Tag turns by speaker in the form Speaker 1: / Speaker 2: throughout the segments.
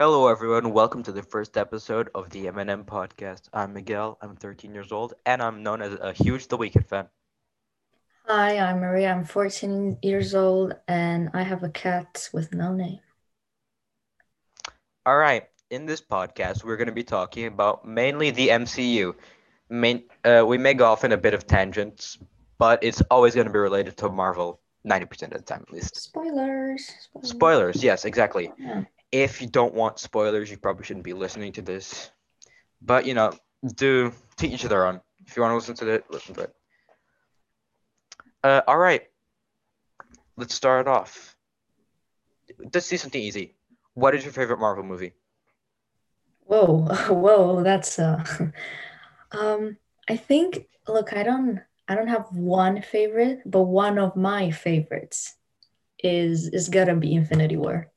Speaker 1: Hello, everyone. Welcome to the first episode of the M&M podcast. I'm Miguel. I'm 13 years old, and I'm known as a huge The Weeknd fan.
Speaker 2: Hi, I'm Maria. I'm 14 years old and I have a cat with no name.
Speaker 1: All right. In this podcast, we're going to be talking about mainly the MCU. Main, uh, we may go off in a bit of tangents, but it's always going to be related to Marvel, 90% of the time at least.
Speaker 2: Spoilers. Spoilers.
Speaker 1: Spoilers, yes, exactly.
Speaker 2: Yeah.
Speaker 1: If you don't want spoilers, you probably shouldn't be listening to this. But, you know, do to each their own. If you want to listen to it, listen to it. Uh, all right. Let's start off. Let's do something easy. What is your favorite Marvel movie?
Speaker 2: Whoa, whoa, that's uh um I think look, I don't I don't have one favorite, but one of my favorites is is gotta be Infinity War.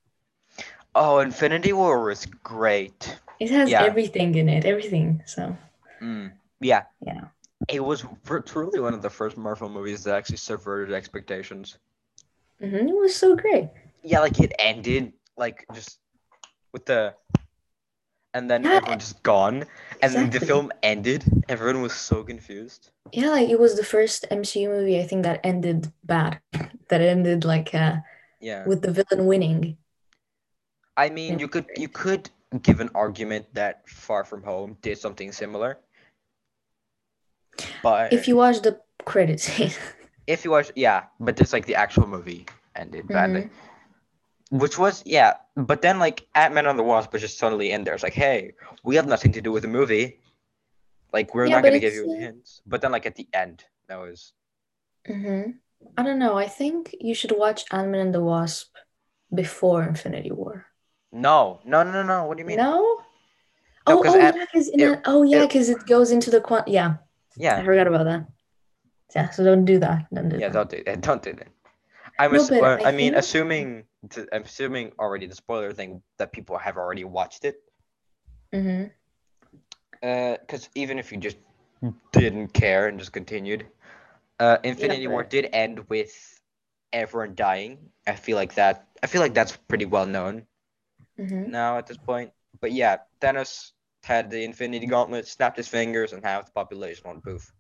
Speaker 1: Oh, Infinity War was great.
Speaker 2: It has
Speaker 1: Yeah.
Speaker 2: everything in it, everything. So
Speaker 1: Mm, yeah.
Speaker 2: Yeah.
Speaker 1: It was fr- truly one of the first Marvel movies that actually subverted expectations.
Speaker 2: mhm, it was so great.
Speaker 1: Yeah, like it ended like just with the and then
Speaker 2: Yeah.
Speaker 1: everyone just gone. And then the
Speaker 2: Exactly.
Speaker 1: film ended. Everyone was so confused.
Speaker 2: Yeah, like it was the first MCU movie I think that ended bad. that ended like uh
Speaker 1: Yeah.
Speaker 2: with the villain winning.
Speaker 1: I mean,
Speaker 2: Yeah.
Speaker 1: you could you could give an argument that Far From Home did something similar, but
Speaker 2: If you watch the credits,
Speaker 1: if you watch, yeah, but just like the actual movie ended badly,
Speaker 2: Mm-hmm.
Speaker 1: which was yeah. But then like Ant Man on the Wasp was just suddenly in there. It's like, hey, we have nothing to do with the movie, like we're
Speaker 2: Yeah,
Speaker 1: not
Speaker 2: but
Speaker 1: gonna give
Speaker 2: it's,
Speaker 1: you
Speaker 2: uh,
Speaker 1: hints. But then like at the end, that was
Speaker 2: Mm-hmm. I don't know. I think you should watch Ant-Man and the Wasp before Infinity War.
Speaker 1: no, no, no, no. What do you mean?
Speaker 2: No?
Speaker 1: No,
Speaker 2: Oh,
Speaker 1: 'cause
Speaker 2: oh,
Speaker 1: Ant-
Speaker 2: yeah, 'cause in
Speaker 1: it-
Speaker 2: a- oh, yeah,
Speaker 1: it-
Speaker 2: because it goes into the quant. Yeah, I
Speaker 1: Yeah,
Speaker 2: forgot about that. Yeah, so don't do that. Don't do
Speaker 1: yeah.
Speaker 2: that.
Speaker 1: Don't do that. Don't do that. I'm
Speaker 2: No,
Speaker 1: ass-
Speaker 2: but
Speaker 1: well,
Speaker 2: I
Speaker 1: I, mean,
Speaker 2: think-
Speaker 1: assuming th- I'm assuming already the spoiler thing that people have already watched it.
Speaker 2: Mm-hmm.
Speaker 1: Because Uh, even if you just didn't care and just continued, uh, Infinity War
Speaker 2: but-
Speaker 1: did end with everyone dying. I feel like that. I feel like that's pretty well known
Speaker 2: Mm-hmm.
Speaker 1: now at this point. But yeah, Thanos had the Infinity Gauntlet, snapped his fingers, and half the population went poof.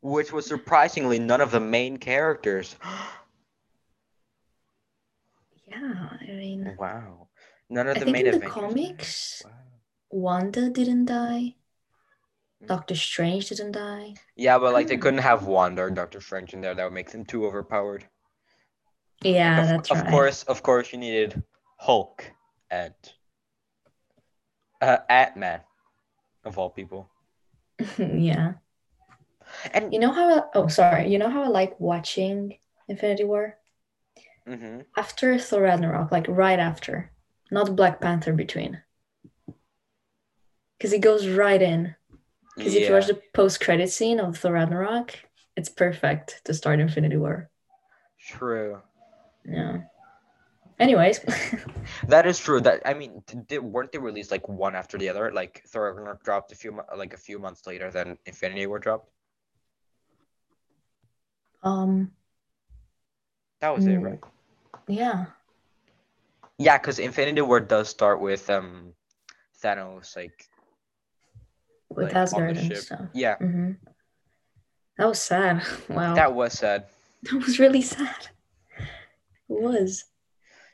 Speaker 1: Which was surprisingly none of the main characters.
Speaker 2: Yeah, I mean,
Speaker 1: wow, none of
Speaker 2: I
Speaker 1: the
Speaker 2: think
Speaker 1: main
Speaker 2: in the
Speaker 1: Avengers.
Speaker 2: comics,
Speaker 1: Wow.
Speaker 2: Wanda didn't die.
Speaker 1: Mm.
Speaker 2: Doctor Strange didn't die.
Speaker 1: Yeah, but like they
Speaker 2: Hmm.
Speaker 1: couldn't have Wanda or Doctor Strange in there. That would make them too overpowered.
Speaker 2: Yeah,
Speaker 1: of,
Speaker 2: that's
Speaker 1: of
Speaker 2: right.
Speaker 1: course, of course, you needed Hulk and uh, Ant Man, of all people.
Speaker 2: Yeah.
Speaker 1: And
Speaker 2: You know how I, oh, sorry. You know how I like watching Infinity War?
Speaker 1: hmm
Speaker 2: after Thor Ragnarok, like right after, not Black Panther between. Because it goes right in. Because if you
Speaker 1: yeah,
Speaker 2: watch the post credit scene of Thor Ragnarok, it's perfect to start Infinity War.
Speaker 1: true.
Speaker 2: Yeah. Anyways,
Speaker 1: That is true. That I mean, d- did, weren't they released like one after the other? Like Thor Ragnarok dropped a few mo- like a few months later than Infinity War dropped.
Speaker 2: um,
Speaker 1: That was it,
Speaker 2: Mm.
Speaker 1: right?
Speaker 2: yeah,
Speaker 1: Yeah, because Infinity War does start with um Thanos like
Speaker 2: with
Speaker 1: Like, on the
Speaker 2: Asgard and
Speaker 1: ship.
Speaker 2: stuff.
Speaker 1: yeah.
Speaker 2: hmm That was sad. Wow, that,
Speaker 1: That was sad.
Speaker 2: was really sad. It was.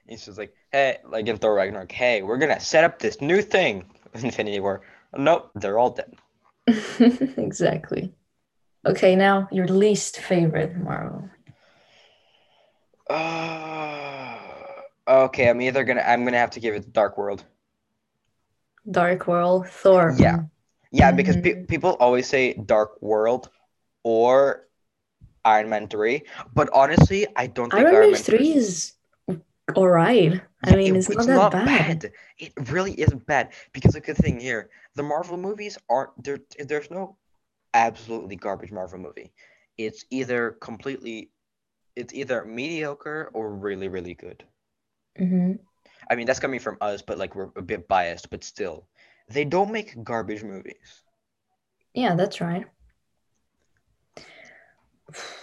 Speaker 1: It's just like, hey, like in Thor Ragnarok, hey, we're gonna set up this new thing, Infinity War. Nope, they're all dead.
Speaker 2: exactly. Okay, now your least favorite Marvel.
Speaker 1: Uh, okay, I'm either gonna, I'm gonna have to give it to Dark World.
Speaker 2: Dark World, Thor. Mm-hmm.
Speaker 1: Yeah. Yeah, because pe-
Speaker 2: Mhm.
Speaker 1: people always say Dark World or Iron Man three, but honestly, I don't think
Speaker 2: Iron Man
Speaker 1: Man
Speaker 2: 3 is all right. I
Speaker 1: Yeah,
Speaker 2: mean,
Speaker 1: it-
Speaker 2: it's, not that bad.
Speaker 1: It really isn't bad because look at the thing here. The Marvel movies aren't there. There's no absolutely garbage Marvel movie. It's either completely, it's either mediocre or really really good.
Speaker 2: hmm
Speaker 1: I mean that's coming from us, but like we're a bit biased, but still, they don't make garbage movies.
Speaker 2: Yeah, that's right.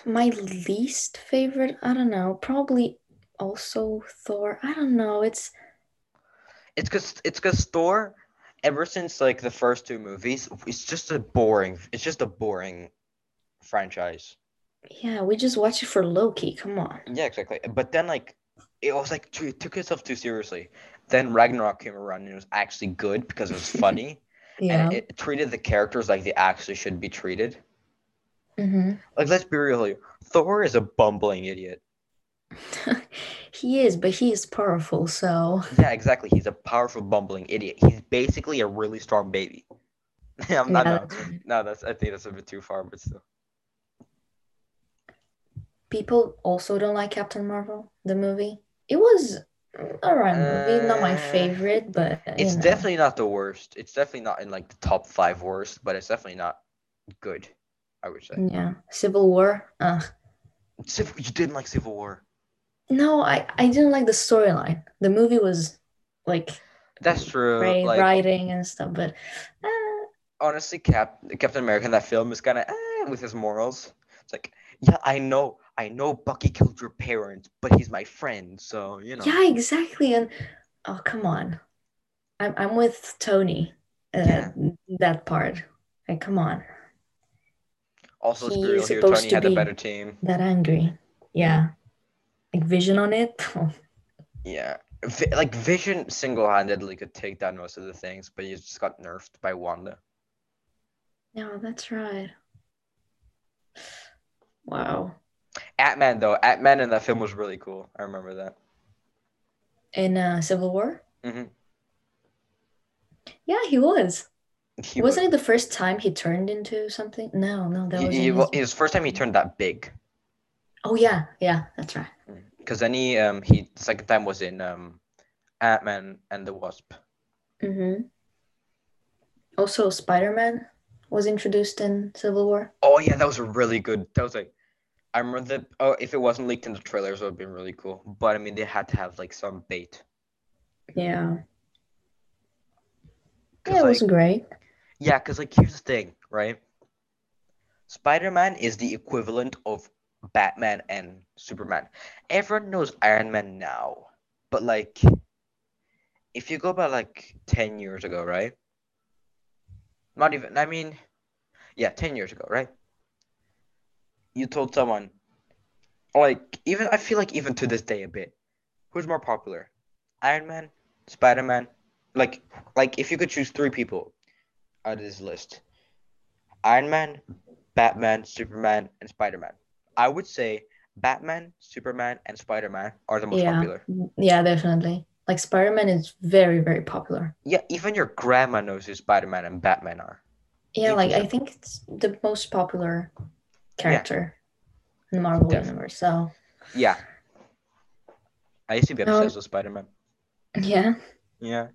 Speaker 2: My least favorite, I don't know, probably also Thor. I don't know. It's
Speaker 1: It's cause it's cause Thor, ever since like the first two movies, it's just a boring. It's just a boring franchise.
Speaker 2: Yeah, we just watch it for Loki. Come on.
Speaker 1: Yeah, exactly. But then like it was like too, it took itself too seriously. Then Ragnarok came around and it was actually good because it was funny
Speaker 2: Yeah.
Speaker 1: and it treated the characters like they actually should be treated.
Speaker 2: hmm
Speaker 1: Like let's be real here, Thor is a bumbling idiot.
Speaker 2: mm-hmm. He is, but he is powerful, so
Speaker 1: Yeah, exactly. He's a powerful bumbling idiot. He's basically a really strong baby. I'm not, no,
Speaker 2: Yeah, that's right.
Speaker 1: no, that's I think that's a bit too far, but still.
Speaker 2: people also don't like Captain Marvel, the movie. It was all right movie, not my
Speaker 1: Uh,
Speaker 2: favorite, but you
Speaker 1: It's
Speaker 2: know.
Speaker 1: definitely not the worst. It's definitely not in like the top five worst, but it's definitely not good. I would say.
Speaker 2: Yeah, Civil War. uh, Ugh.
Speaker 1: Civ- you didn't like Civil War.
Speaker 2: No, I I didn't like the storyline. The movie was like
Speaker 1: That's true.
Speaker 2: great
Speaker 1: Uh, like
Speaker 2: writing and stuff, but uh,
Speaker 1: honestly, Cap Captain America in that film is kind of eh, with his morals. It's like, yeah, I know, I know, Bucky killed your parents, but he's my friend, so you know.
Speaker 2: yeah, exactly. And oh, come on, I'm I'm with Tony. Uh,
Speaker 1: Yeah.
Speaker 2: That part. Like, come on,
Speaker 1: Also, it's
Speaker 2: He's
Speaker 1: real here.
Speaker 2: supposed
Speaker 1: Tony
Speaker 2: to
Speaker 1: had a
Speaker 2: be-
Speaker 1: better team.
Speaker 2: that angry. Yeah, like vision on it. Oh,
Speaker 1: Yeah. Vi- like Vision single-handedly could take down most of the things, but he just got nerfed by Wanda.
Speaker 2: No, that's right. Wow.
Speaker 1: Ant-Man though, Ant-Man in that film was really cool. I remember that.
Speaker 2: In uh, Civil War?
Speaker 1: hmm
Speaker 2: Yeah, he was.
Speaker 1: He
Speaker 2: Wasn't it the first time he turned into something? No, no, that
Speaker 1: he,
Speaker 2: was.
Speaker 1: he
Speaker 2: in
Speaker 1: wa-
Speaker 2: his-
Speaker 1: his first time he turned that big.
Speaker 2: Oh yeah, yeah, that's right.
Speaker 1: Because then he um he second time was in um Ant-Man and the Wasp.
Speaker 2: Mm-hmm. Also, Spider Man was introduced in Civil War.
Speaker 1: Oh yeah, that was a really good. That was like, I remember that. Oh, if it wasn't leaked in the trailers, it would have been really cool. But I mean, they had to have like some bait.
Speaker 2: Yeah.
Speaker 1: 'Cause,
Speaker 2: Yeah, it
Speaker 1: like,
Speaker 2: was great.
Speaker 1: Yeah, because like here's the thing, right? Spider-Man is the equivalent of Batman and Superman. Everyone knows Iron Man now, but like if you go back like 10 years ago, right? Not even I mean, yeah, 10 years ago, right? You told someone like even I feel like even to this day a bit, who's more popular? Iron Man, Spider-Man, like like if you could choose three people out of this list, Iron Man, Batman, Superman, and Spider Man. I would say Batman, Superman, and Spider Man are the most
Speaker 2: Yeah.
Speaker 1: popular.
Speaker 2: Yeah, definitely. Like Spider Man is very, very popular.
Speaker 1: Yeah, even your grandma knows who Spider Man and Batman are.
Speaker 2: Yeah, like I
Speaker 1: Interesting.
Speaker 2: think it's the most popular character in the Marvel
Speaker 1: Def-
Speaker 2: universe. So
Speaker 1: Yeah. I used to be
Speaker 2: No.
Speaker 1: obsessed with Spider Man.
Speaker 2: yeah.
Speaker 1: Yeah.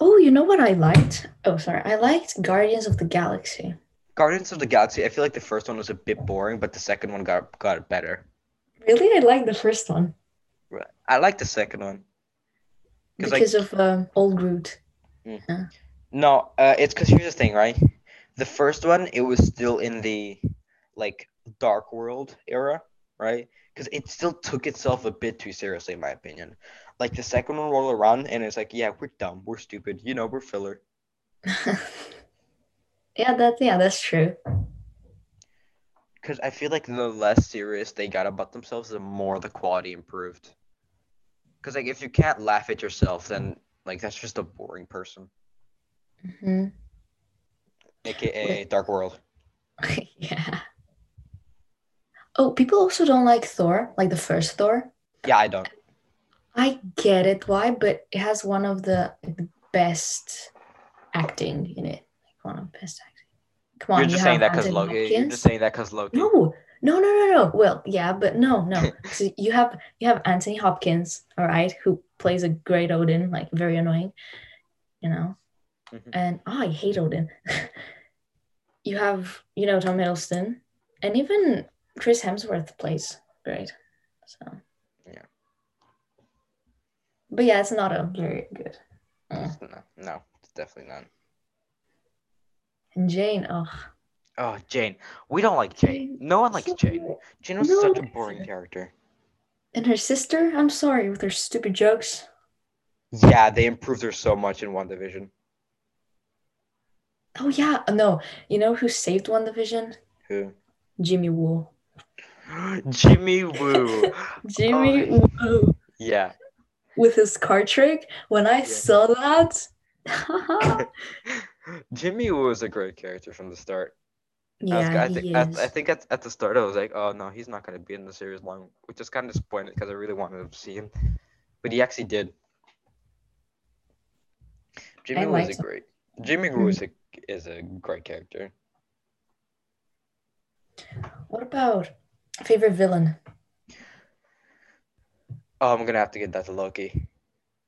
Speaker 2: Oh, you know what I liked? Oh, sorry. I liked Guardians of the Galaxy.
Speaker 1: Guardians of the Galaxy, I feel like the first one was a bit boring, but the second one got got better.
Speaker 2: Really? I liked the first one
Speaker 1: Right. I like the second one. 'Cause, like-
Speaker 2: because of um, Old Groot.
Speaker 1: No, uh, it's because here's the thing, right? The first one, it was still in the like Dark World era, right? Because it still took itself a bit too seriously, in my opinion. Like the second one rolled around, and it's like, yeah, we're dumb, we're stupid, you know, we're filler.
Speaker 2: yeah, that yeah, that's true.
Speaker 1: Because I feel like the less serious they got about themselves, the more the quality improved. Because like if you can't laugh at yourself, then like that's just a boring person,
Speaker 2: hmm
Speaker 1: aka Dark World.
Speaker 2: yeah. Oh, people also don't like Thor, like the first Thor.
Speaker 1: Yeah, I don't.
Speaker 2: I get it why, but it has one of the best acting in it. Like one of the best acting. Come on,
Speaker 1: You're just
Speaker 2: you
Speaker 1: saying that
Speaker 2: have
Speaker 1: because
Speaker 2: Anthony
Speaker 1: Loki. You're
Speaker 2: Hopkins.
Speaker 1: just saying that because Loki.
Speaker 2: No, no, no, no, no. Well, yeah, but no, no. So you have you have Anthony Hopkins, all right, who plays a great Odin, like very annoying, you know.
Speaker 1: Mhm.
Speaker 2: And oh, I hate Odin. you have you know Tom Hiddleston, and even Chris Hemsworth plays great. So
Speaker 1: Yeah.
Speaker 2: But yeah, it's not a very good.
Speaker 1: It's No, no, it's definitely not.
Speaker 2: And Jane, oh,
Speaker 1: Oh, Jane. We don't like Jane. No one likes Jane. Jane was
Speaker 2: No
Speaker 1: such a
Speaker 2: one likes
Speaker 1: boring
Speaker 2: her.
Speaker 1: character.
Speaker 2: And her sister, I'm sorry, with her stupid jokes.
Speaker 1: Yeah, they improved her so much in WandaVision.
Speaker 2: Oh yeah, no, you know who saved One Division?
Speaker 1: Who?
Speaker 2: Jimmy Woo.
Speaker 1: Jimmy Woo.
Speaker 2: Jimmy Woo
Speaker 1: yeah.
Speaker 2: with his card trick. When I
Speaker 1: Yeah.
Speaker 2: saw that,
Speaker 1: Jimmy Woo was a great character from the start. I, was,
Speaker 2: yeah,
Speaker 1: I, think,
Speaker 2: he
Speaker 1: I,
Speaker 2: is.
Speaker 1: I think at, at the start I was like, oh no, he's not going to be in the series long, which is kind of disappointing because I really wanted to see him. But he actually did. Jimmy Woo is
Speaker 2: liked Hmm.
Speaker 1: a great. Jimmy Woo is a, is a great character.
Speaker 2: What about favorite villain?
Speaker 1: Oh, I'm going to have to get that to Loki.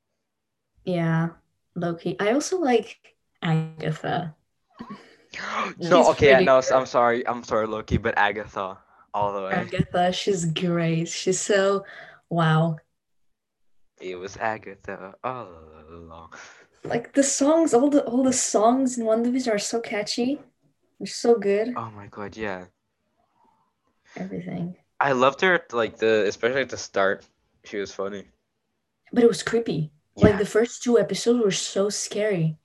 Speaker 2: Yeah, Loki. I also like Agatha.
Speaker 1: no,
Speaker 2: She's
Speaker 1: okay, yeah,
Speaker 2: pretty
Speaker 1: no, I'm sorry. I'm sorry, Loki, but Agatha all the way.
Speaker 2: Agatha, she's great. She's so wow.
Speaker 1: It was Agatha all along.
Speaker 2: Like the songs, all the all the songs in One Division are so catchy. They're so good.
Speaker 1: Oh my god, yeah.
Speaker 2: Everything.
Speaker 1: I loved her at, like the especially at the start. She was funny.
Speaker 2: But it was creepy. Like
Speaker 1: Yeah.
Speaker 2: the first two episodes were so scary.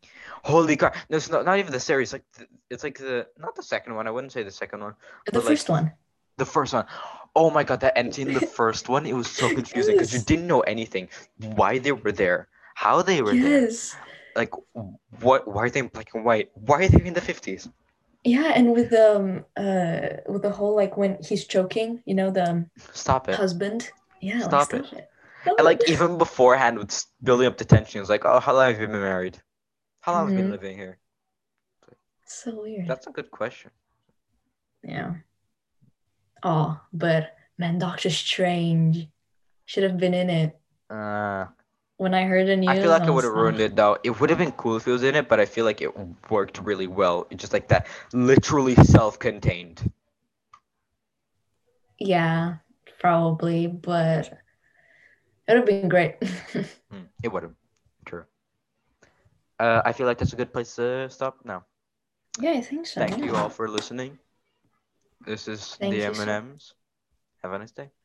Speaker 1: Holy crap! No, it's not, not even the series. Like th- it's like the not the second one. I wouldn't say the second one.
Speaker 2: The
Speaker 1: But, like,
Speaker 2: first one.
Speaker 1: The first one. Oh my god, that ending in the first one. It was so confusing because you
Speaker 2: Yes.
Speaker 1: didn't know anything. Why they were there? How they were there?
Speaker 2: Yes.
Speaker 1: Like what? Why are they in black and white? Why are they in the fifties?
Speaker 2: Yeah, and with um uh with the whole like when he's choking, you know, the um,
Speaker 1: Stop it.
Speaker 2: husband. Yeah, like,
Speaker 1: Stop it.
Speaker 2: stop it.
Speaker 1: And like
Speaker 2: No.
Speaker 1: even beforehand, with s- building up the tension, it was like, oh, how long have you been married? How long have you
Speaker 2: Mhm.
Speaker 1: been living here?
Speaker 2: so weird.
Speaker 1: That's a good question.
Speaker 2: Yeah. Oh, but man, Doctor Strange should have been in it.
Speaker 1: Uh,
Speaker 2: When I heard the news,
Speaker 1: I feel like I
Speaker 2: was
Speaker 1: would have ruined it though. It would have been cool if it was in it, but I feel like it worked really well. It's just like that, literally self-contained.
Speaker 2: Yeah, probably, but it would have been great.
Speaker 1: Mm, it would have. True. Uh, I feel like that's a good place to stop now.
Speaker 2: yeah, I think so.
Speaker 1: Thank you
Speaker 2: yeah.
Speaker 1: all for listening. This is
Speaker 2: Thank
Speaker 1: the
Speaker 2: you
Speaker 1: M
Speaker 2: so-
Speaker 1: and M's. Have a nice day.